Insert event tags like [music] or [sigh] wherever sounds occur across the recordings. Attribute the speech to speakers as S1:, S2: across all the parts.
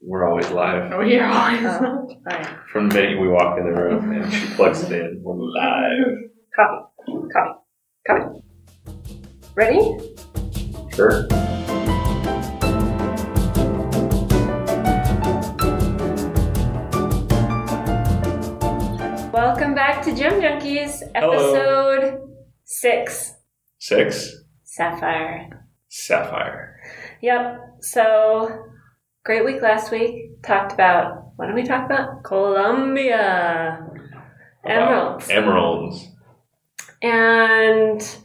S1: We're always live.
S2: Oh, you're always
S3: Oh. Alright.
S1: From the minute we walk in the room and she plugs it in, we're live.
S3: Copy. Copy. Copy. Ready?
S1: Sure.
S3: Welcome back to Gym Junkies,
S1: Hello.
S3: episode six.
S1: Six,
S3: Sapphire.
S1: Sapphire.
S3: Yep. So great week last week. Talked about what did we talk about? Colombia. Emeralds.
S1: About Emeralds.
S3: And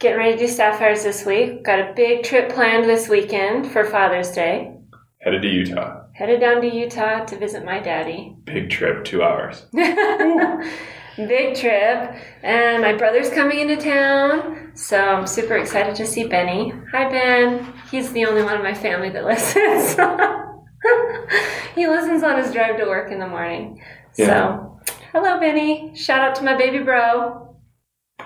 S3: getting ready to do sapphires this week. Got a big trip planned this weekend for Father's Day.
S1: Headed to Utah.
S3: Headed down to Utah to visit my daddy.
S1: Big trip, two hours.
S3: [laughs] Big trip, and my brother's coming into town, so I'm super excited to see Benny. Hi, Ben. He's the only one in my family that [laughs] listens. he listens on his drive to work in the morning.
S1: Yeah.
S3: So, hello, Benny. Shout out to my baby bro.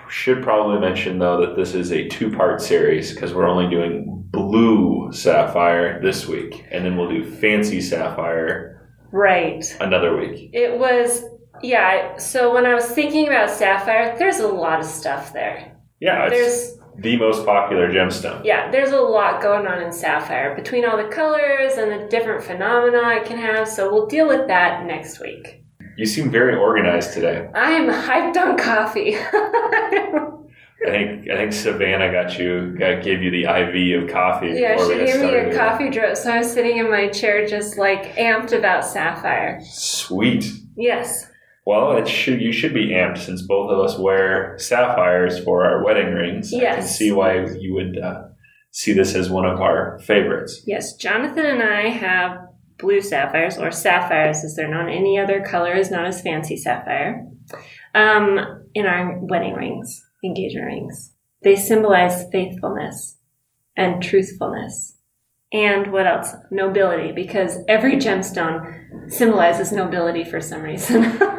S1: Should probably mention though that this is a two part series because we're only doing blue sapphire this week, and then we'll do fancy sapphire
S3: Right.
S1: another week.
S3: It was, yeah. So, when I was thinking about Sapphire, there's a lot of stuff there.
S1: Yeah, it's
S3: There's
S1: the most popular gemstone.
S3: Yeah, there's a lot going on in Sapphire between all the colors and the different phenomena it can have, so we'll deal with that next week.
S1: You seem very organized today.
S3: I am hyped on coffee. [laughs]
S1: I think I think Savannah got you got gave you the IV of coffee.
S3: yeah,
S1: before we
S3: she
S1: got
S3: gave me
S1: started
S3: a
S1: here.
S3: coffee drip, so I was sitting in my chair just like amped about Sapphire.
S1: Sweet.
S3: Yes.
S1: Well, it should you should be amped since both of us wear sapphires for our wedding rings. I can
S3: Yes.
S1: see why you would uh, see this as one of our favorites.
S3: Yes, Jonathan and I have blue sapphires, or sapphires as they're known. Any other color is known as fancy sapphire, um, in our wedding rings, engagement rings. They symbolize faithfulness and truthfulness. And what else? Nobility, because every gemstone symbolizes nobility for some reason. [laughs]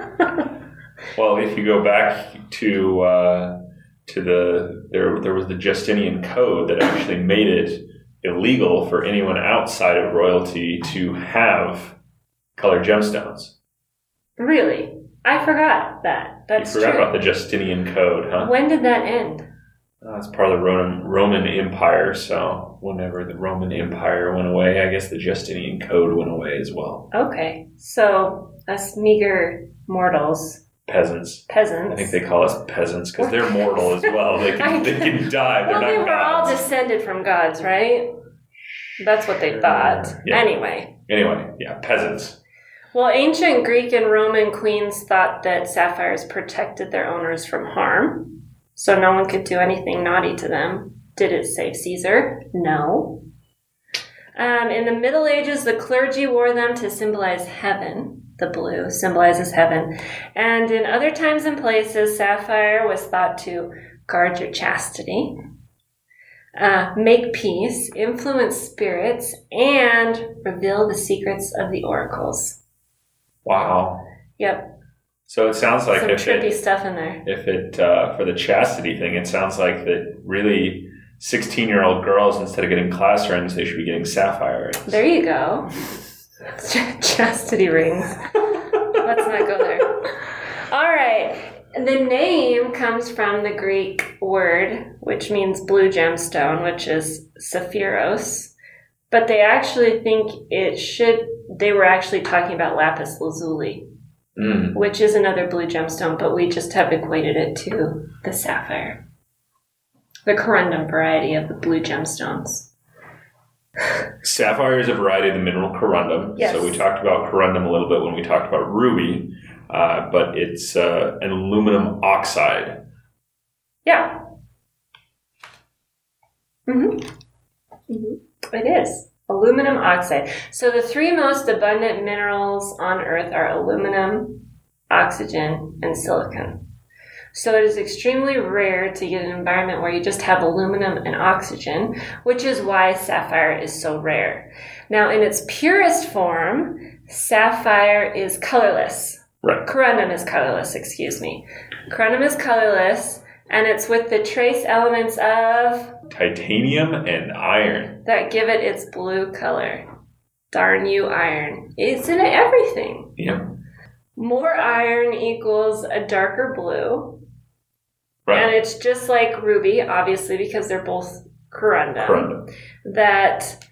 S1: Well, if you go back to uh, to the there there was the Justinian Code that actually made it illegal for anyone outside of royalty to have colored gemstones.
S3: really? I forgot that. That's
S1: you forgot
S3: true.
S1: about the Justinian Code, huh?
S3: when did that end?
S1: Uh, it's part of the Roman, Roman Empire, so whenever the Roman Empire went away, I guess the Justinian Code went away as well.
S3: Okay, so us meager mortals,
S1: Peasants.
S3: peasants.
S1: I think they call us peasants because they're mortal as well. They
S3: I
S1: can, they
S3: [laughs]
S1: can die. They're
S3: Well, they
S1: not
S3: were all
S1: gods.
S3: descended from gods, right? That's what they thought.
S1: Yeah.
S3: Anyway.
S1: Anyway, yeah, peasants.
S3: Well, ancient Greek and Roman queens thought that sapphires protected their owners from harm, so no one could do anything naughty to them. Did it save Caesar? No. Um, in the Middle Ages, the clergy wore them to symbolize heaven. The blue symbolizes heaven. And in other times and places, sapphire was thought to guard your chastity, uh, make peace, influence spirits, and reveal the secrets of the oracles.
S1: Wow.
S3: Yep,
S1: So it sounds like
S3: some
S1: if
S3: trippy
S1: it,
S3: stuff in there.
S1: if it uh, for the chastity thing, it sounds like that really 16 year old girls, instead of getting class rings, they should be getting sapphire rings.
S3: There
S1: [laughs]
S3: you go. Chastity rings. Let's not go there. All right. The name comes from the Greek word, which means blue gemstone, which is sapphirose. But they actually think it should, they were actually talking about lapis lazuli,
S1: Mm.
S3: which is another blue gemstone, but we just have equated it to the sapphire, the corundum variety of the blue gemstones.
S1: Sapphire is a variety of the mineral corundum.
S3: Yes.
S1: So we talked about corundum a little bit when we talked about ruby, uh, but it's uh, an aluminum oxide.
S3: Yeah. hmm hmm It is. Aluminum oxide. So the three most abundant minerals on Earth are aluminum, oxygen, and silicon. So it is extremely rare to get an environment where you just have aluminum and oxygen, which is why sapphire is so rare. Now, in its purest form, sapphire is colorless.
S1: Right.
S3: Corundum is colorless, excuse me. Corundum is colorless, and it's with the trace elements of
S1: Titanium and iron.
S3: that give it its blue color. Darn you, iron. It's in everything.
S1: Yeah.
S3: More iron equals a darker blue.
S1: Right.
S3: And it's just like ruby, obviously, because they're both corundum.
S1: Corundum.
S3: That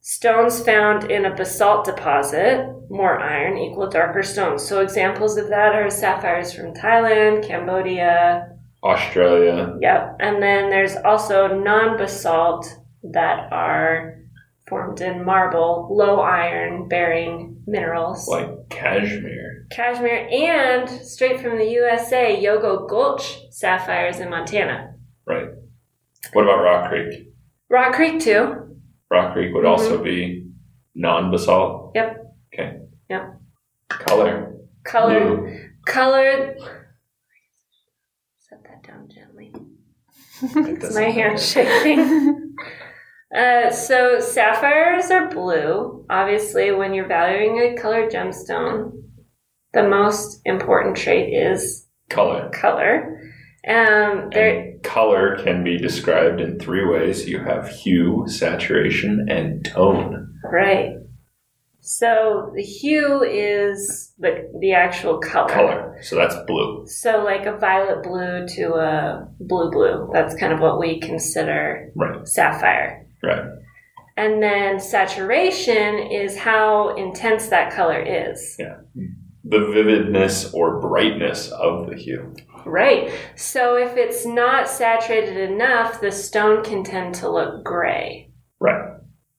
S3: stones found in a basalt deposit, more iron equal darker stones. So examples of that are sapphires from Thailand, Cambodia.
S1: Australia.
S3: Yep. And then there's also non basalt that are formed in marble, low iron bearing minerals.
S1: Like cashmere.
S3: Cashmere and straight from the USA, Yogo Gulch sapphires in Montana.
S1: Right. What about Rock Creek?
S3: Rock Creek too.
S1: Rock Creek would
S3: Mhm.
S1: also be non basalt.
S3: Yep.
S1: Okay.
S3: Yep.
S1: Color.
S3: Color
S1: Blue.
S3: colored. Set that down gently. [laughs] It's my hand shaking.
S1: [laughs]
S3: uh, so sapphires are blue. Obviously, when you're valuing a colored gemstone, the most important trait is
S1: Color.
S3: color. Um, there,
S1: And color can be described in three ways. You have hue, saturation, and tone.
S3: right. So the hue is the, the actual color.
S1: Color. So that's blue.
S3: So like a violet blue to a blue blue. That's kind of what we consider
S1: Right.
S3: sapphire.
S1: Right.
S3: And then saturation is how intense that color is.
S1: The vividness or brightness of the hue.
S3: Right. So if it's not saturated enough, the stone can tend to look gray.
S1: Right.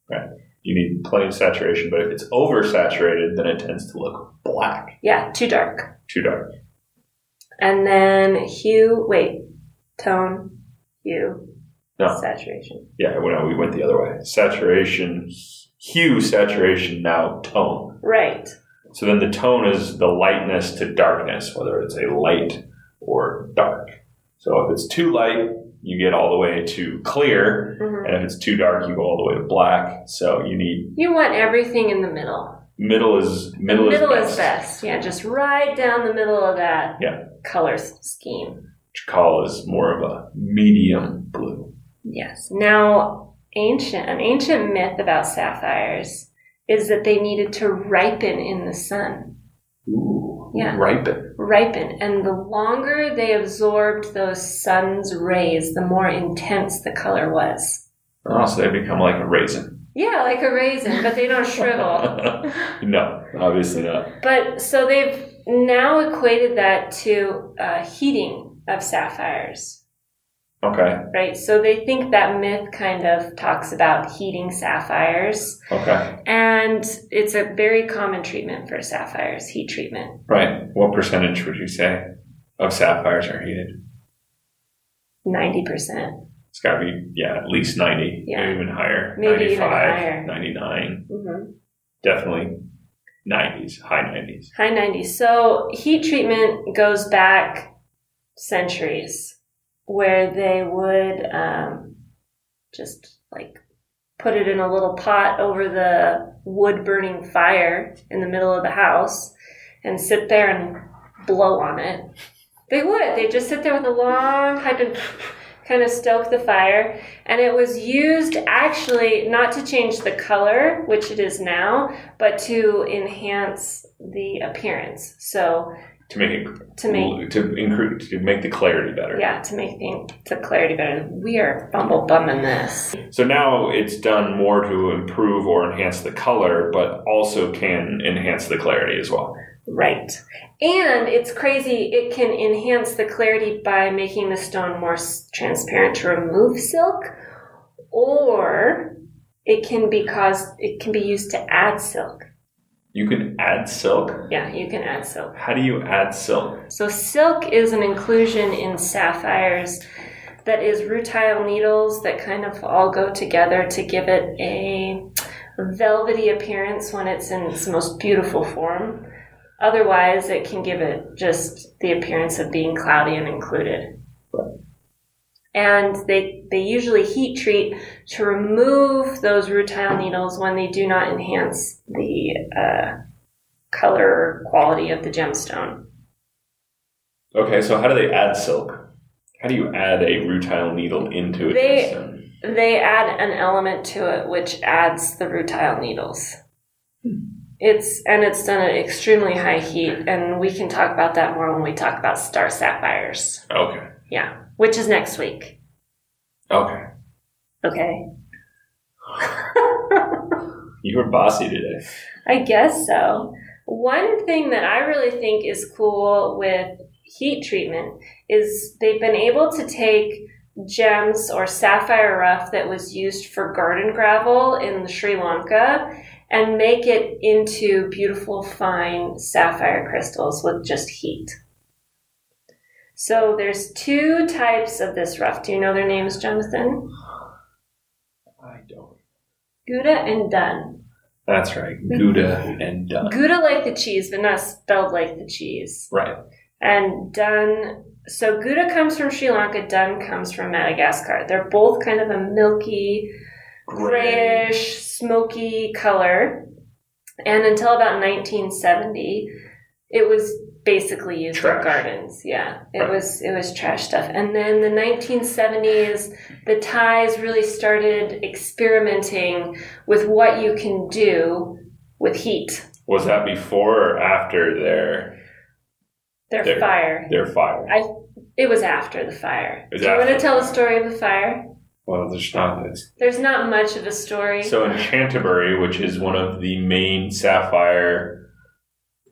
S1: Right. You need plenty of saturation, but if it's oversaturated, then it tends to look black,
S3: Yeah, too dark.
S1: too dark.
S3: And then hue, wait, tone, hue,
S1: No.
S3: saturation.
S1: Yeah, well, no, we went the other way. Saturation, hue, saturation, now tone.
S3: Right.
S1: So then the tone is the lightness to darkness, whether it's a light or dark. So if it's too light, you get all the way to clear,
S3: hmm
S1: and if it's too dark, you go all the way to black. So you need
S3: You want everything in the middle.
S1: middle is middle,
S3: middle
S1: is best,
S3: Yeah, just right down the middle of that
S1: Yeah.
S3: color s- scheme.
S1: which call is more of a medium blue.
S3: Yes. Now, ancient an ancient myth about sapphires is that they needed to ripen in the sun.
S1: Ooh,
S3: Yeah.
S1: ripen.
S3: Ripen, and the longer they absorbed those sun's rays, the more intense the color was.
S1: Oh, so they become like a raisin. [laughs]
S3: Yeah, like a raisin, but they don't [laughs] shrivel.
S1: no, obviously not.
S3: But so they've now equated that to uh, heating of sapphires,
S1: Okay,
S3: right? So they think that myth kind of talks about heating sapphires.
S1: okay,
S3: And it's a very common treatment for sapphires, heat treatment.
S1: right. What percentage would you say of sapphires are heated?
S3: 90%.
S1: It's got to be yeah, at least ninety,
S3: Yeah.
S1: maybe even higher,
S3: Maybe even
S1: 95,
S3: higher.
S1: 99,
S3: Mm-hmm.
S1: definitely nineties, high nineties.
S3: High 90s. So heat treatment goes back centuries where they would um, just like put it in a little pot over the wood burning fire in the middle of the house and sit there and blow on it. They would. They just sit there with a long pipe and kind of stoke the fire. And it was used actually not to change the color, which it is now, but to enhance the appearance. So
S1: To make it
S3: to make
S1: to increase to make the clarity better.
S3: yeah, to make things the clarity better. We are bumble bumming this.
S1: So now it's done more to improve or enhance the color, but also can enhance the clarity as well.
S3: Right. And it's crazy, it can enhance the clarity by making the stone more s- transparent to remove silk, or it can be caused it can be used to add silk.
S1: You can add silk.
S3: Yeah, you can add silk.
S1: How do you add silk?
S3: So silk is an inclusion in sapphires that is rutile needles that kind of all go together to give it a velvety appearance when it's in its most beautiful form. Otherwise, it can give it just the appearance of being cloudy and included. And they, they usually heat treat to remove those rutile needles when they do not enhance the uh, color or quality of the gemstone.
S1: Okay, so how do they add silk? How do you add a rutile needle into a
S3: They-
S1: gemstone?
S3: They add an element to it which adds the rutile needles. It's and it's done at extremely high heat, and we can talk about that more when we talk about star sapphires.
S1: Okay.
S3: Yeah, which is next week.
S1: Okay.
S3: Okay,
S1: You were bossy today.
S3: I guess so. One thing that I really think is cool with heat treatment is they've been able to take gems or sapphire rough that was used for garden gravel in Sri Lanka and make it into beautiful fine sapphire crystals with just heat. So there's two types of this rough. Do you know their names, Jonathan?
S1: I don't.
S3: Gouda and Dun.
S1: That's right. Gouda and Dun.
S3: Gouda like the cheese, but not spelled like the cheese.
S1: Right.
S3: And dun, so Gouda comes from Sri Lanka, dun comes from Madagascar. They're both kind of a milky, grayish, smoky color. And until about 1970, it was basically used
S1: Trash.
S3: for gardens. Yeah, it
S1: Right.
S3: was it was trash stuff. And then the 1970s, the Thais really started experimenting with what you can do with heat.
S1: Was that before or after their
S3: Their
S1: There.
S3: fire.
S1: their fire?
S3: It was after the fire.
S1: It was
S3: Do you want to
S1: after.
S3: tell the story of the fire?
S1: Well, there's not this.
S3: There's not much of a story.
S1: So in Canterbury, which is one of the main sapphire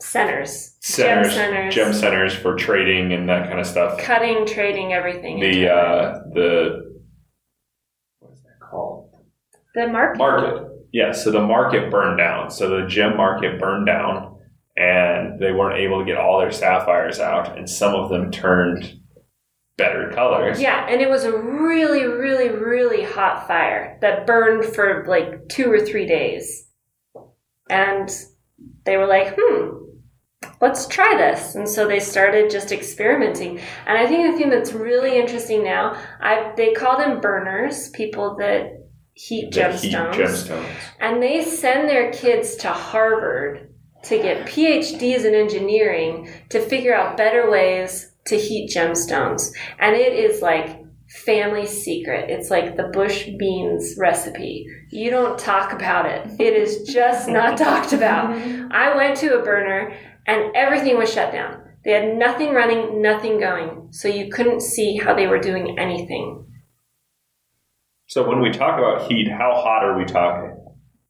S3: centers,
S1: centers,
S3: gem centers,
S1: gem centers for trading and that kind of stuff,
S3: cutting, trading, everything.
S1: the uh, the what is that called?
S3: the market.
S1: Market. Yeah. So the market burned down. So the gem market burned down, and they weren't able to get all their sapphires out, and some of them turned better colors.
S3: Yeah, and it was a really, really, really hot fire that burned for like two or three days. And they were like, hmm, let's try this. And so they started just experimenting. And I think the thing that's really interesting now, I they call them burners, people that heat
S1: The
S3: gemstones.
S1: heat gemstones.
S3: And they send their kids to Harvard to get PhDs in engineering to figure out better ways to heat gemstones. And it is like family secret. It's like the bush beans recipe. You don't talk about it. It is just not talked about. I went to a burner and everything was shut down. They had nothing running, nothing going. So you couldn't see how they were doing anything.
S1: So when we talk about heat, how hot are we talking?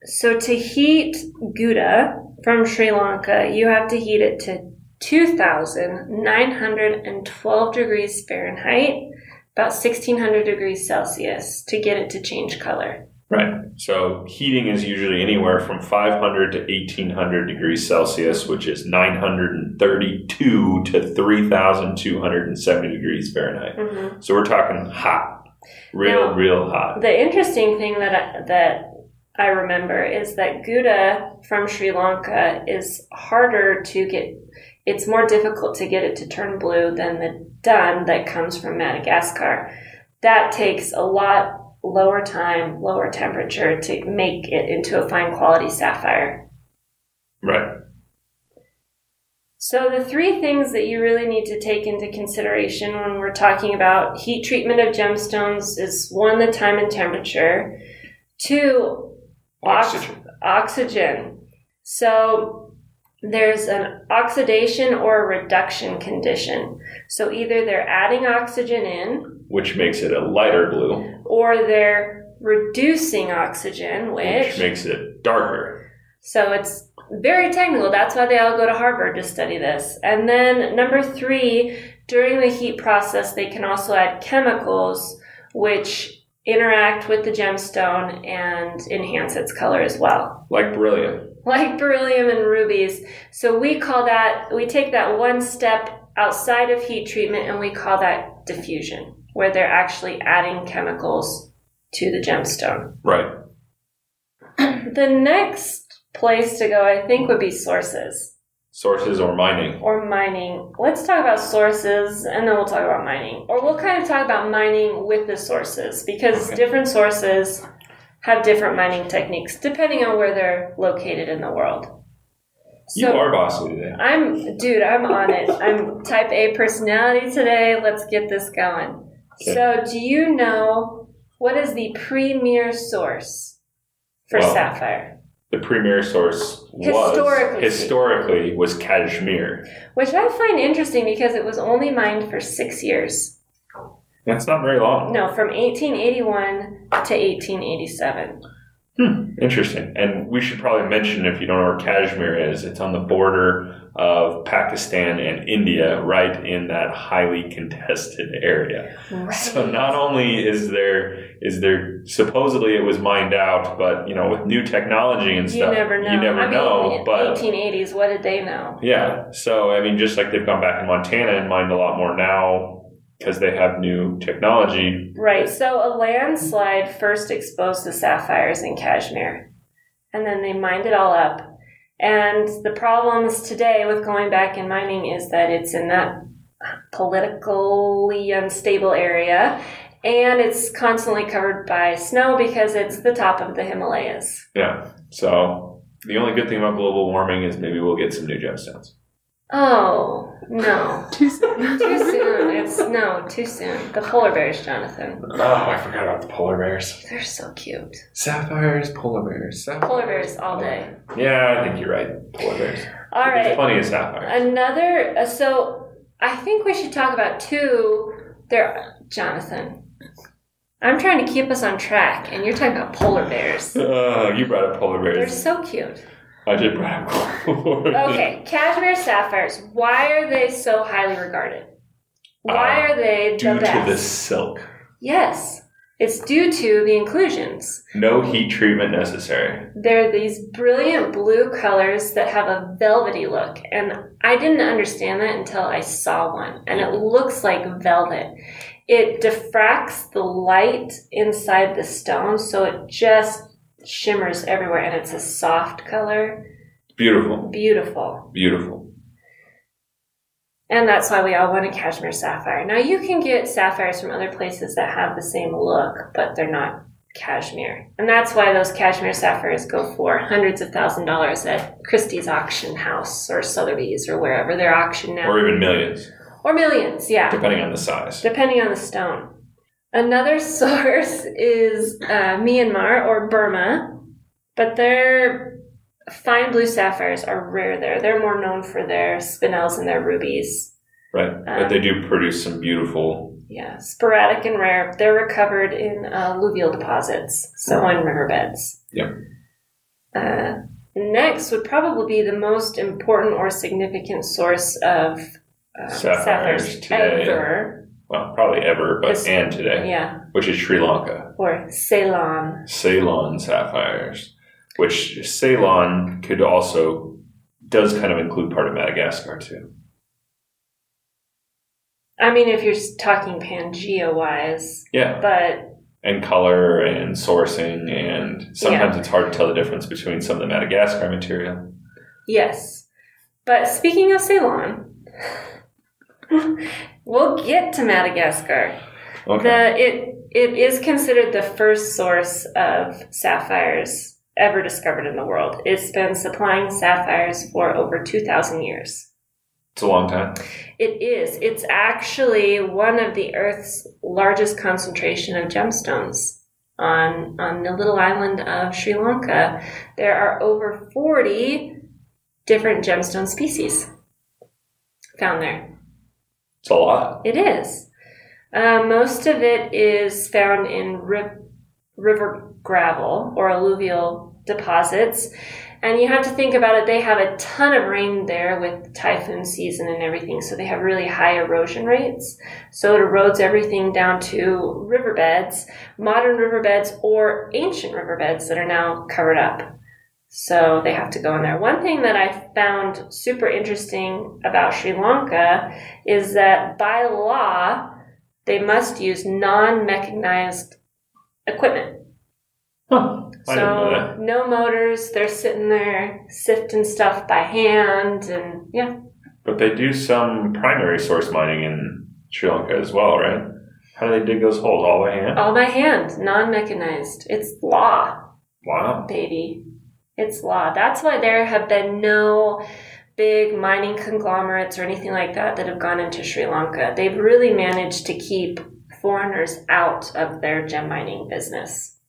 S3: So to heat gouda from Sri Lanka, you have to heat it to 2,912 degrees Fahrenheit, about 1,600 degrees Celsius, to get it to change color.
S1: Right. So heating is usually anywhere from 500 to 1800 degrees Celsius, which is 932 to 3270 degrees Fahrenheit. So we're talking hot. Real,
S3: Now-
S1: real hot.
S3: The interesting thing that I, that I remember is that gouda from Sri Lanka is harder to get. It's more difficult to get it to turn blue than the dun that comes from Madagascar. That takes a lot lower time, lower temperature to make it into a fine quality sapphire.
S1: Right.
S3: So the three things that you really need to take into consideration when we're talking about heat treatment of gemstones is one, the time and temperature. Two,
S1: Oxygen.
S3: oxygen. So there's an oxidation or a reduction condition. So either they're adding oxygen in
S1: Which makes it a lighter blue,
S3: or they're reducing oxygen,
S1: which
S3: which,
S1: makes it darker.
S3: so it's very technical. That's why they all go to Harvard to study this. And then number three, during the heat process, they can also add chemicals which interact with the gemstone and enhance its color as well.
S1: Like beryllium.
S3: like beryllium and rubies. So we call that, we take that one step outside of heat treatment and we call that diffusion, where they're actually adding chemicals to the gemstone.
S1: Right.
S3: The next place to go, I think, would be sources
S1: Sources or mining.
S3: or mining. Let's talk about sources and then we'll talk about mining. Or we'll kind of talk about mining with the sources because
S1: Okay.
S3: different sources have different mining techniques depending on where they're located in the world.
S1: you are bossy today.
S3: I'm, dude, I'm on it. I'm type A personality today. Let's get this going.
S1: Okay.
S3: So, do you know what is the premier source for
S1: Well-
S3: sapphire?
S1: the premier source was
S3: Historically.
S1: historically was Kashmir.
S3: which I find interesting because it was only mined for six years.
S1: That's not very long.
S3: No, from 1881 to 1887.
S1: Hmm, interesting. And we should probably mention, if you don't know where Kashmir is, it's on the border of Pakistan and India, right in that highly contested area.
S3: Right.
S1: So not only is there is there supposedly it was mined out, but you know with new technology and
S3: you
S1: stuff,
S3: never know.
S1: You never
S3: I mean,
S1: know.
S3: in
S1: But
S3: 1880s, what did they know?
S1: yeah, so I mean, just like they've gone back in Montana and mined a lot more now because they have new technology.
S3: Right. So a landslide first exposed the sapphires in Kashmir, and then they mined it all up. And the problems today with going back and mining is that it's in that politically unstable area, and it's constantly covered by snow because it's the top of the Himalayas.
S1: Yeah, so the only good thing about global warming is maybe we'll get some new gemstones.
S3: Oh no,
S2: Too soon.
S3: too soon. It's no, too soon. The polar bears, Jonathan.
S1: Oh, I forgot about the polar bears.
S3: They're so cute.
S1: Sapphires, polar bears, sapphires.
S3: Polar bears all day.
S1: Yeah, I think you're right. Polar bears.
S3: All
S1: There's
S3: right.
S1: plenty of sapphires.
S3: Another. uh, So I think we should talk about two. There, Jonathan. I'm trying to keep us on track, and you're talking about polar bears.
S1: Oh, you brought up polar
S3: They're
S1: bears.
S3: so cute.
S1: I did bring up
S3: [laughs]
S1: polar bears. [laughs]
S3: Okay, cashmere sapphires. Why are they so highly regarded? Why
S1: Uh,
S3: are they
S1: Due
S3: the
S1: to
S3: best?
S1: the silk,
S3: Yes, it's due to the inclusions.
S1: no heat treatment necessary.
S3: They're these brilliant blue colors that have a velvety look, and I didn't understand that until I saw one, and it looks like velvet. It diffracts the light inside the stone, so it just shimmers everywhere, and it's a soft color.
S1: Beautiful,
S3: Beautiful.
S1: beautiful.
S3: And that's why we all want a cashmere sapphire. Now, you can get sapphires from other places that have the same look, but they're not cashmere. And that's why those cashmere sapphires go for hundreds of thousand dollars at Christie's auction house or Sotheby's or wherever they're auctioned now. Or,
S1: Or even millions,
S3: millions, yeah,
S1: depending on the size.
S3: depending on the stone. Another [laughs] source is uh, Myanmar or Burma, but their fine blue sapphires are rare there. They're more known for their spinels and their rubies.
S1: Right, but
S3: um,
S1: they do produce some beautiful.
S3: Yeah, sporadic and rare. They're recovered in uh, alluvial deposits, so on riverbeds.
S1: Mm-hmm. Yep.
S3: Uh, next would probably be the most important or significant source of uh,
S1: Sapphires
S3: sapphires
S1: today.
S3: ever.
S1: Well, probably ever, but
S3: It's-
S1: and today,
S3: Yeah,
S1: which is Sri Lanka.
S3: or Ceylon.
S1: Ceylon sapphires, which Ceylon could also does kind of include part of Madagascar too.
S3: I mean, if you're s- talking Pangea wise,
S1: Yeah,
S3: but
S1: and color and sourcing, and sometimes it's hard to tell the difference between some of the Madagascar material.
S3: yes. But speaking of Ceylon, [laughs] we'll get to Madagascar.
S1: Okay,
S3: The it it is considered the first source of sapphires ever discovered in the world. It's been supplying sapphires for over 2000 years.
S1: it's a long time.
S3: It is. It's actually one of the earth's largest concentration of gemstones. On on the little island of Sri Lanka, there are over 40 different gemstone species found there.
S1: It's a lot.
S3: It is. Uh, most of it is found in ri- river gravel or alluvial deposits. And you have to think about it, they have a ton of rain there with typhoon season and everything, so they have really high erosion rates. So it erodes everything down to riverbeds, modern riverbeds, or ancient riverbeds that are now covered up. So they have to go in there. One thing that I found super interesting about Sri Lanka is that by law, they must use non mechanized equipment.
S1: Huh. I didn't know that.
S3: So no motors, they're sitting there sifting stuff by hand and yeah.
S1: But they do some primary source mining in Sri Lanka as well, right? How do they dig those holes? All by hand?
S3: All by hand, non mechanized. It's law.
S1: Wow.
S3: baby. It's law. That's why there have been no big mining conglomerates or anything like that that have gone into Sri Lanka. They've really managed to keep foreigners out of their gem mining business.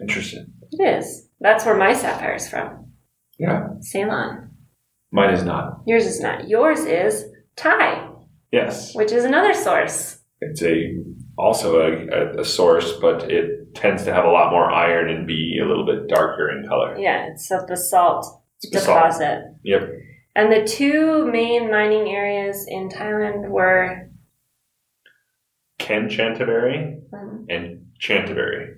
S1: Interesting.
S3: It is. That's where my sapphire is from.
S1: Yeah.
S3: Ceylon.
S1: Mine is not.
S3: Yours is not. Yours is Thai,
S1: Yes.
S3: which is another source.
S1: It's a also a, a, a source, but it tends to have a lot more iron and be a little bit darker in color.
S3: Yeah, it's a basalt
S1: It's basalt.
S3: deposit.
S1: Yep.
S3: And the two main mining areas in Thailand were
S1: Ken Chanterbury
S3: um,
S1: and Chanterbury.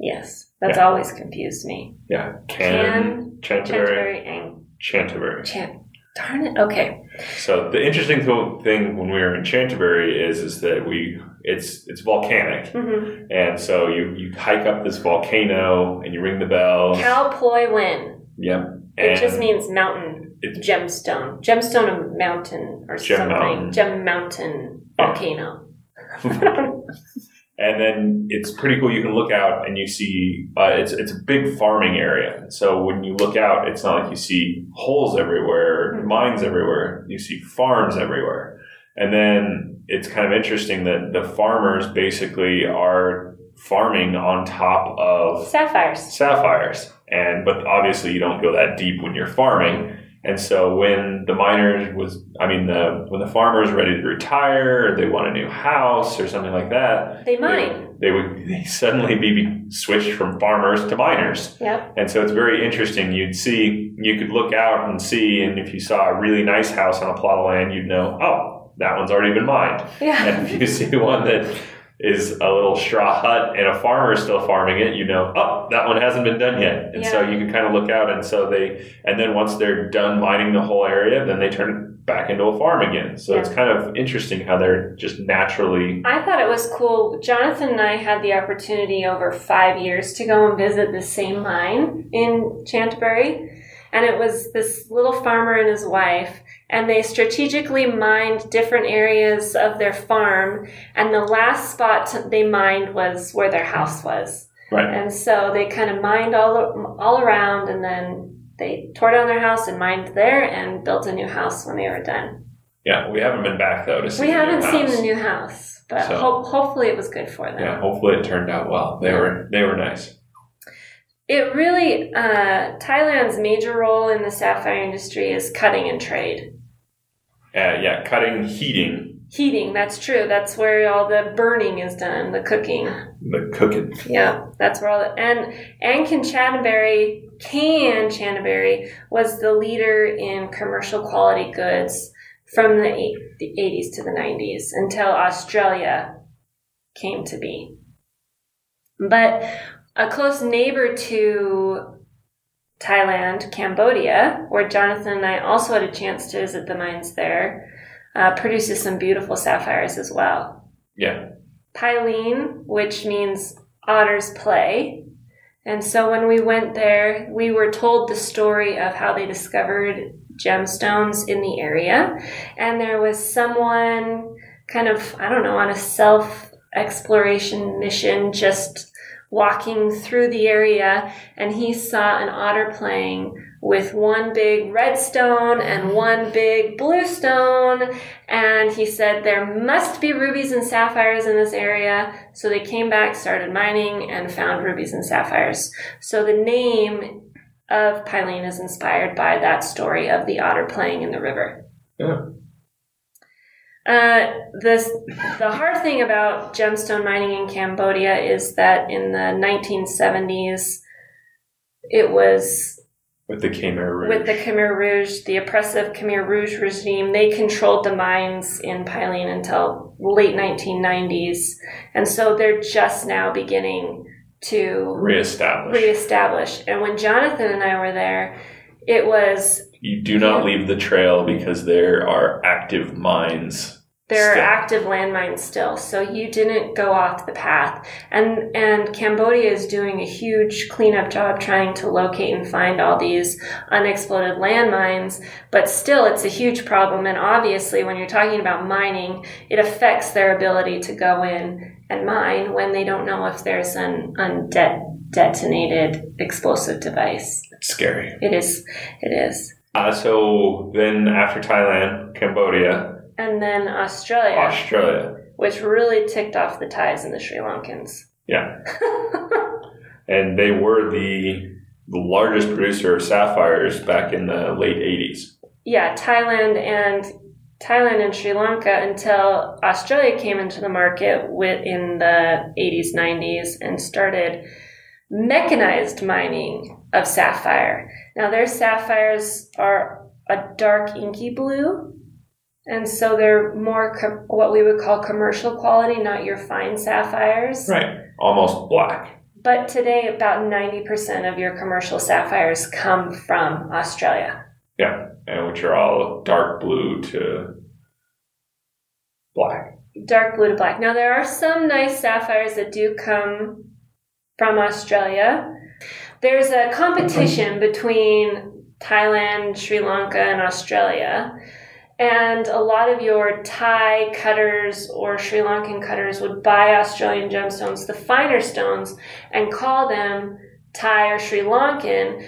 S3: yes, that's
S1: Yeah.
S3: always confused me.
S1: Yeah. Ken,
S3: Ken
S1: Chanterbury,
S3: Canterbury and
S1: Chanterbury.
S3: Chan. Darn it. Okay.
S1: So the interesting tho- thing when we were in Chanterbury is is that we it's it's volcanic,
S3: Mm-hmm.
S1: and so you you hike up this volcano and you ring the bell.
S3: Khao Ploy Win.
S1: Yep.
S3: It just
S1: And
S3: means mountain
S1: it's
S3: gemstone, gemstone of mountain or
S1: Gem
S3: something.
S1: mountain.
S3: Gem mountain
S1: Yeah.
S3: volcano.
S1: and then it's pretty cool. You can look out and you see uh, it's it's a big farming area. So when you look out, it's not like you see holes everywhere, mines everywhere. You see farms everywhere, and then it's kind of interesting that the farmers basically are farming on top of
S3: Sapphires.
S1: sapphires. And but obviously you don't go that deep when you're farming. And so when the miners was, I mean the when the farmers ready to retire, or they want a new house or something like that.
S3: They
S1: they-
S3: mine.
S1: They, would [laughs] they suddenly be switched from farmers to miners.
S3: Yep.
S1: And so it's very interesting. You'd see, you could look out and see, and if you saw a really nice house on a plot of land, you'd know, oh, that one's already been mined. [laughs]
S3: Yeah.
S1: And if you see one that is a little straw hut and a farmer is still farming it, you know, oh, that one hasn't been done yet. And so
S3: Yeah.
S1: you can kind of look out. And so they, and then once they're done mining the whole area, then they turn it back into a farm again. So it's kind of interesting how they're just naturally.
S3: I thought it was cool. Jonathan and I had the opportunity over five years to go and visit the same mine in Chanterbury. And it was this little farmer and his wife, and they strategically mined different areas of their farm. And the last spot they mined was where their house was.
S1: Right.
S3: And so they kind of mined all, all around, and then they tore down their house and mined there and built a new house when they were done.
S1: Yeah. We haven't been back though to see
S3: We
S1: the new
S3: haven't seen
S1: house.
S3: the new house, but
S1: So-
S3: ho- hopefully it was good for them.
S1: Yeah. Hopefully it turned out well. They were, they were nice.
S3: It really, uh, Thailand's major role in the sapphire industry is cutting and trade.
S1: Uh, yeah. Cutting, heating,
S3: Heating, that's true. That's where all the burning is done, the cooking.
S1: the cooking.
S3: Yeah, that's where all the. And, and Can Chanterbury, Can Chanterbury was the leader in commercial quality goods from the, eight, the 80s to the 90s until Australia came to be. But a close neighbor to Thailand, Cambodia, where Jonathan and I also had a chance to visit the mines there, uh, produces some beautiful sapphires as well.
S1: Yeah.
S3: Pylene, which means otters play. And so when we went there, we were told the story of how they discovered gemstones in the area. And there was someone kind of, I don't know, on a self exploration mission, just walking through the area, and he saw an otter playing with one big red stone and one big blue stone and he said there must be rubies and sapphires in this area. So they came back, started mining, and found rubies and sapphires. So the name of Pylene is inspired by that story of the otter playing in the river.
S1: Yeah.
S3: Uh, this the hard thing about gemstone mining in Cambodia is that in the 1970s, it was
S1: With the Khmer Rouge.
S3: with the Khmer Rouge, the oppressive Khmer Rouge regime, they controlled the mines in Pyleen until late 1990s, and so they're just now beginning to
S1: reestablish.
S3: reestablish. And when Jonathan and I were there, it was
S1: You do not leave the trail because there are active mines.
S3: there
S1: Still.
S3: are active landmines still, so you didn't go off the path. And and Cambodia is doing a huge cleanup job trying to locate and find all these unexploded landmines, but still it's a huge problem and obviously when you're talking about mining, it affects their ability to go in and mine when they don't know if there's an undetonated explosive device.
S1: It's scary.
S3: It is it is.
S1: Uh, so then after Thailand, Cambodia,
S3: And then Australia,
S1: Australia.
S3: which really ticked off the Thais and the Sri Lankans.
S1: Yeah. and they were the the largest producer of sapphires back in the late 80s.
S3: yeah, Thailand and Thailand and Sri Lanka until Australia came into the market with in the 80s, 90s and started mechanized mining of sapphire. Now their sapphires are a dark inky blue, and so they're more com- what we would call commercial quality, not your fine sapphires.
S1: Right. Almost black.
S3: But today, about 90% of your commercial sapphires come from Australia.
S1: Yeah. And which are all dark blue to black.
S3: dark blue to black. Now there are some nice sapphires that do come from Australia. There's a competition between Thailand, Sri Lanka, and Australia. And a lot of your Thai cutters or Sri Lankan cutters would buy Australian gemstones, the finer stones, and call them Thai or Sri Lankan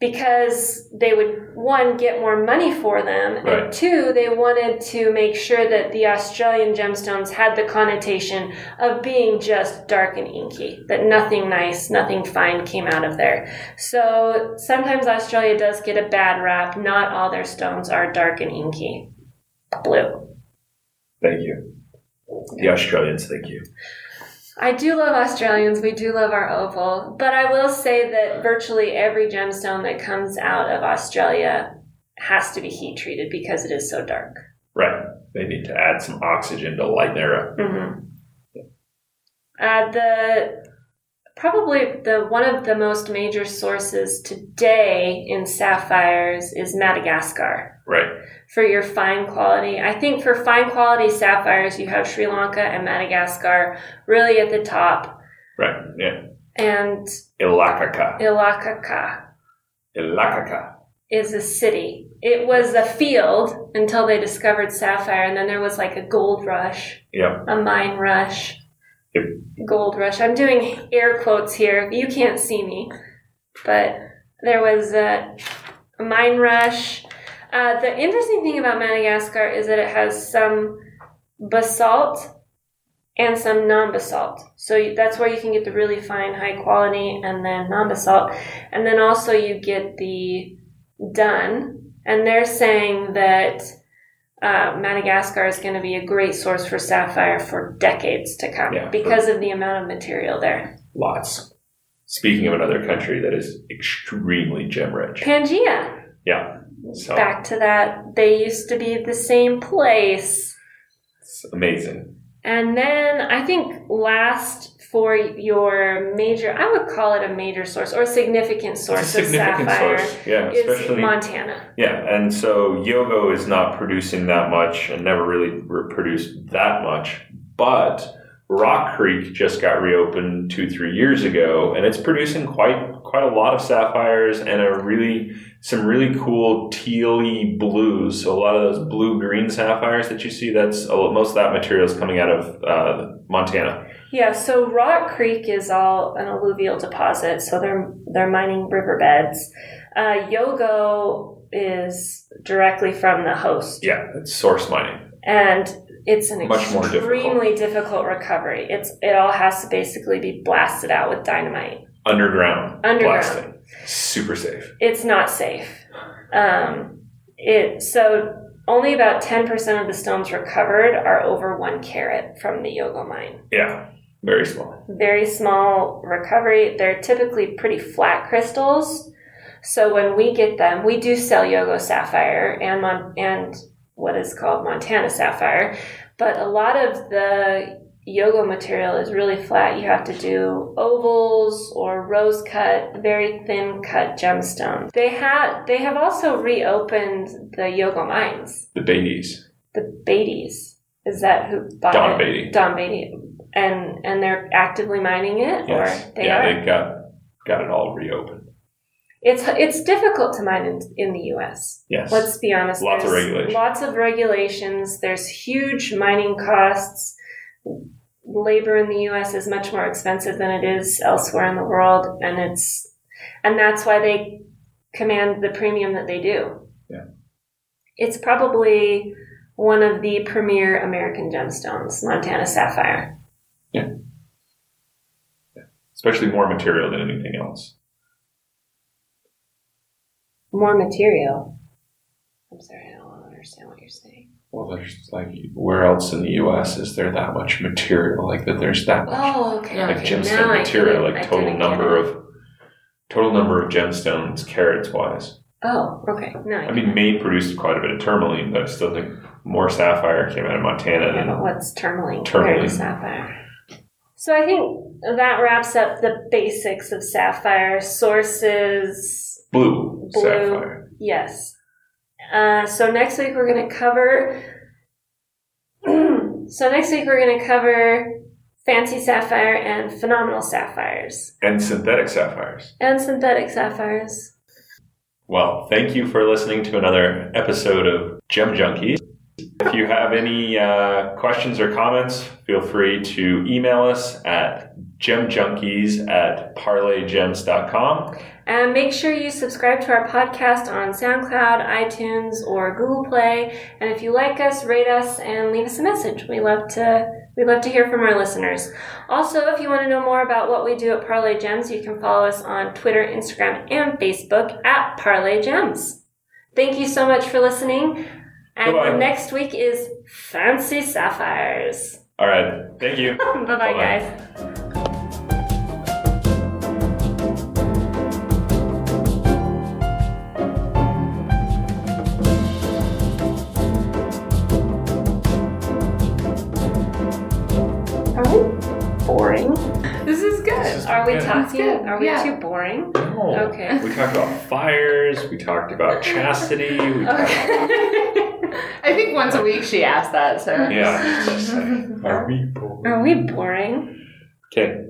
S3: because they would, one, get more money for them,
S1: Right.
S3: and two, they wanted to make sure that the Australian gemstones had the connotation of being just dark and inky, that nothing nice, nothing fine came out of there. So sometimes Australia does get a bad rap. Not all their stones are dark and inky blue.
S1: Thank you. The Australians, thank you.
S3: I do love Australians. We do love our opal. But I will say that virtually every gemstone that comes out of Australia has to be heat treated because it is so dark.
S1: Right. They need to add some oxygen to lighten it up.
S3: Mm-hmm. Uh, the probably the one of the most major sources today in sapphires is Madagascar
S1: Right.
S3: for your fine quality. I think for fine quality sapphires, you have Sri Lanka and Madagascar really at the top,
S1: Right. Yeah.
S3: and
S1: Ilakaka.
S3: Ilakaka
S1: Ilakaka.
S3: is a city. It was a field until they discovered sapphire, and then there was like a gold rush.
S1: Yep.
S3: a mine rush,
S1: Yep.
S3: gold rush. I'm doing air quotes here. You can't see me, but there was a, a mine rush. Uh, the interesting thing about Madagascar is that it has some basalt and some non-basalt. So you- that's where you can get the really fine, high quality, and then non-basalt, and then also you get the done. And they're saying that uh, Madagascar is going to be a great source for sapphire for decades to come
S1: Yeah.
S3: because of the amount of material there.
S1: Lots. Speaking of another country that is extremely gem rich.
S3: Pangea,
S1: Yeah. So
S3: back to that, they used to be the same place.
S1: it's amazing.
S3: And then I think last for your major, I would call it a major source or significant source
S1: It's a
S3: of
S1: significant
S3: sapphire
S1: source. Yeah.
S3: is
S1: Especially.
S3: Montana.
S1: yeah. And so Yogo is not producing that much and never really re- produced that much. But Rock Creek just got reopened two, three years ago, and it's producing quite quite a lot of sapphires and a really some really cool tealy blues. So a lot of those blue green sapphires that you see, that's a lot- most of that material is coming out of uh, Montana.
S3: Yeah, so Rock Creek is all an alluvial deposit, so they're they're mining riverbeds. Uh, Yogo is directly from the host,
S1: Yeah, it's source mining.
S3: and it's an
S1: Much more difficult.
S3: extremely difficult recovery. It's it all has to basically be blasted out with dynamite.
S1: Underground,
S3: Underground.
S1: blasting. Super safe.
S3: it's not safe. Um, it so only about ten percent of the stones recovered are over one carat from the Yogo mine.
S1: Yeah, very small.
S3: Very small recovery. They're typically pretty flat crystals. So when we get them, we do sell Yogo sapphire and Mon- and what is called Montana sapphire, but a lot of the Yogo material is really flat. You have to do ovals or rose cut, very thin cut gemstones. They had they have also reopened the Yogo mines,
S1: The Beatties.
S3: the Beatties. Is that who bought
S1: Don
S3: it?
S1: Beatty.
S3: Don Beatty. And and they're actively mining
S1: Yes.
S3: it, or they
S1: yeah,
S3: are.
S1: they got got it all reopened.
S3: it's it's difficult to mine in, in the U.S.
S1: Yes.
S3: Let's be honest.
S1: Lots of
S3: there's
S1: regulations.
S3: Lots of regulations. There's huge mining costs. Labor in the U.S. is much more expensive than it is elsewhere in the world, and it's and that's why they command the premium that they do.
S1: Yeah.
S3: It's probably one of the premier American gemstones, Montana sapphire.
S1: Especially more material than anything else.
S3: more material. I'm sorry, I don't understand what you're saying.
S1: Well, there's like where else in the U.S. is there that much material? Like that, there's that much
S3: Oh, okay.
S1: like
S3: okay.
S1: gemstone
S3: Now I
S1: material,
S3: get it.
S1: like
S3: I
S1: total
S3: didn't
S1: number
S3: get it.
S1: of total number of gemstones carats wise.
S3: Oh, okay. No, I
S1: I mean, Maine produced quite a bit of tourmaline, but I still think more sapphire came out of Montana
S3: Yeah,
S1: than
S3: but what's tourmaline
S1: Tourmaline.
S3: compared to sapphire? So I think that wraps up the basics of sapphire sources.
S1: blue,
S3: Blue.
S1: sapphire.
S3: Yes. Uh, so next week we're going to cover. [clears throat] so next week we're going to cover fancy sapphire and phenomenal sapphires
S1: and synthetic sapphires.
S3: and synthetic sapphires.
S1: Well, thank you for listening to another episode of Gem Junkies. If you have any uh, questions or comments, feel free to email us at gemjunkies at parlaygems.com.
S3: And make sure you subscribe to our podcast on SoundCloud, iTunes, or Google Play. And if you like us, rate us and leave us a message. We love to we love to hear from our listeners. Also, if you want to know more about what we do at Parlay Gems, you can follow us on Twitter, Instagram, and Facebook at Parlay Gems. Thank you so much for listening. And
S1: Goodbye.
S3: next week is Fancy Sapphires.
S1: All right. Thank
S3: [laughs]
S1: you.
S3: bye bye, guys. Are we boring?
S2: This is good.
S1: This is
S3: Are we
S1: good.
S3: talking?
S2: That's good.
S3: Are we
S2: Yeah.
S3: too boring?
S1: No.
S3: Okay.
S1: Oh, We talked about fires. We talked about chastity.
S3: [laughs]
S1: We talked
S2: I think once a week she asked that, so.
S1: yeah. Are we bored?
S3: Are we boring?
S1: Okay.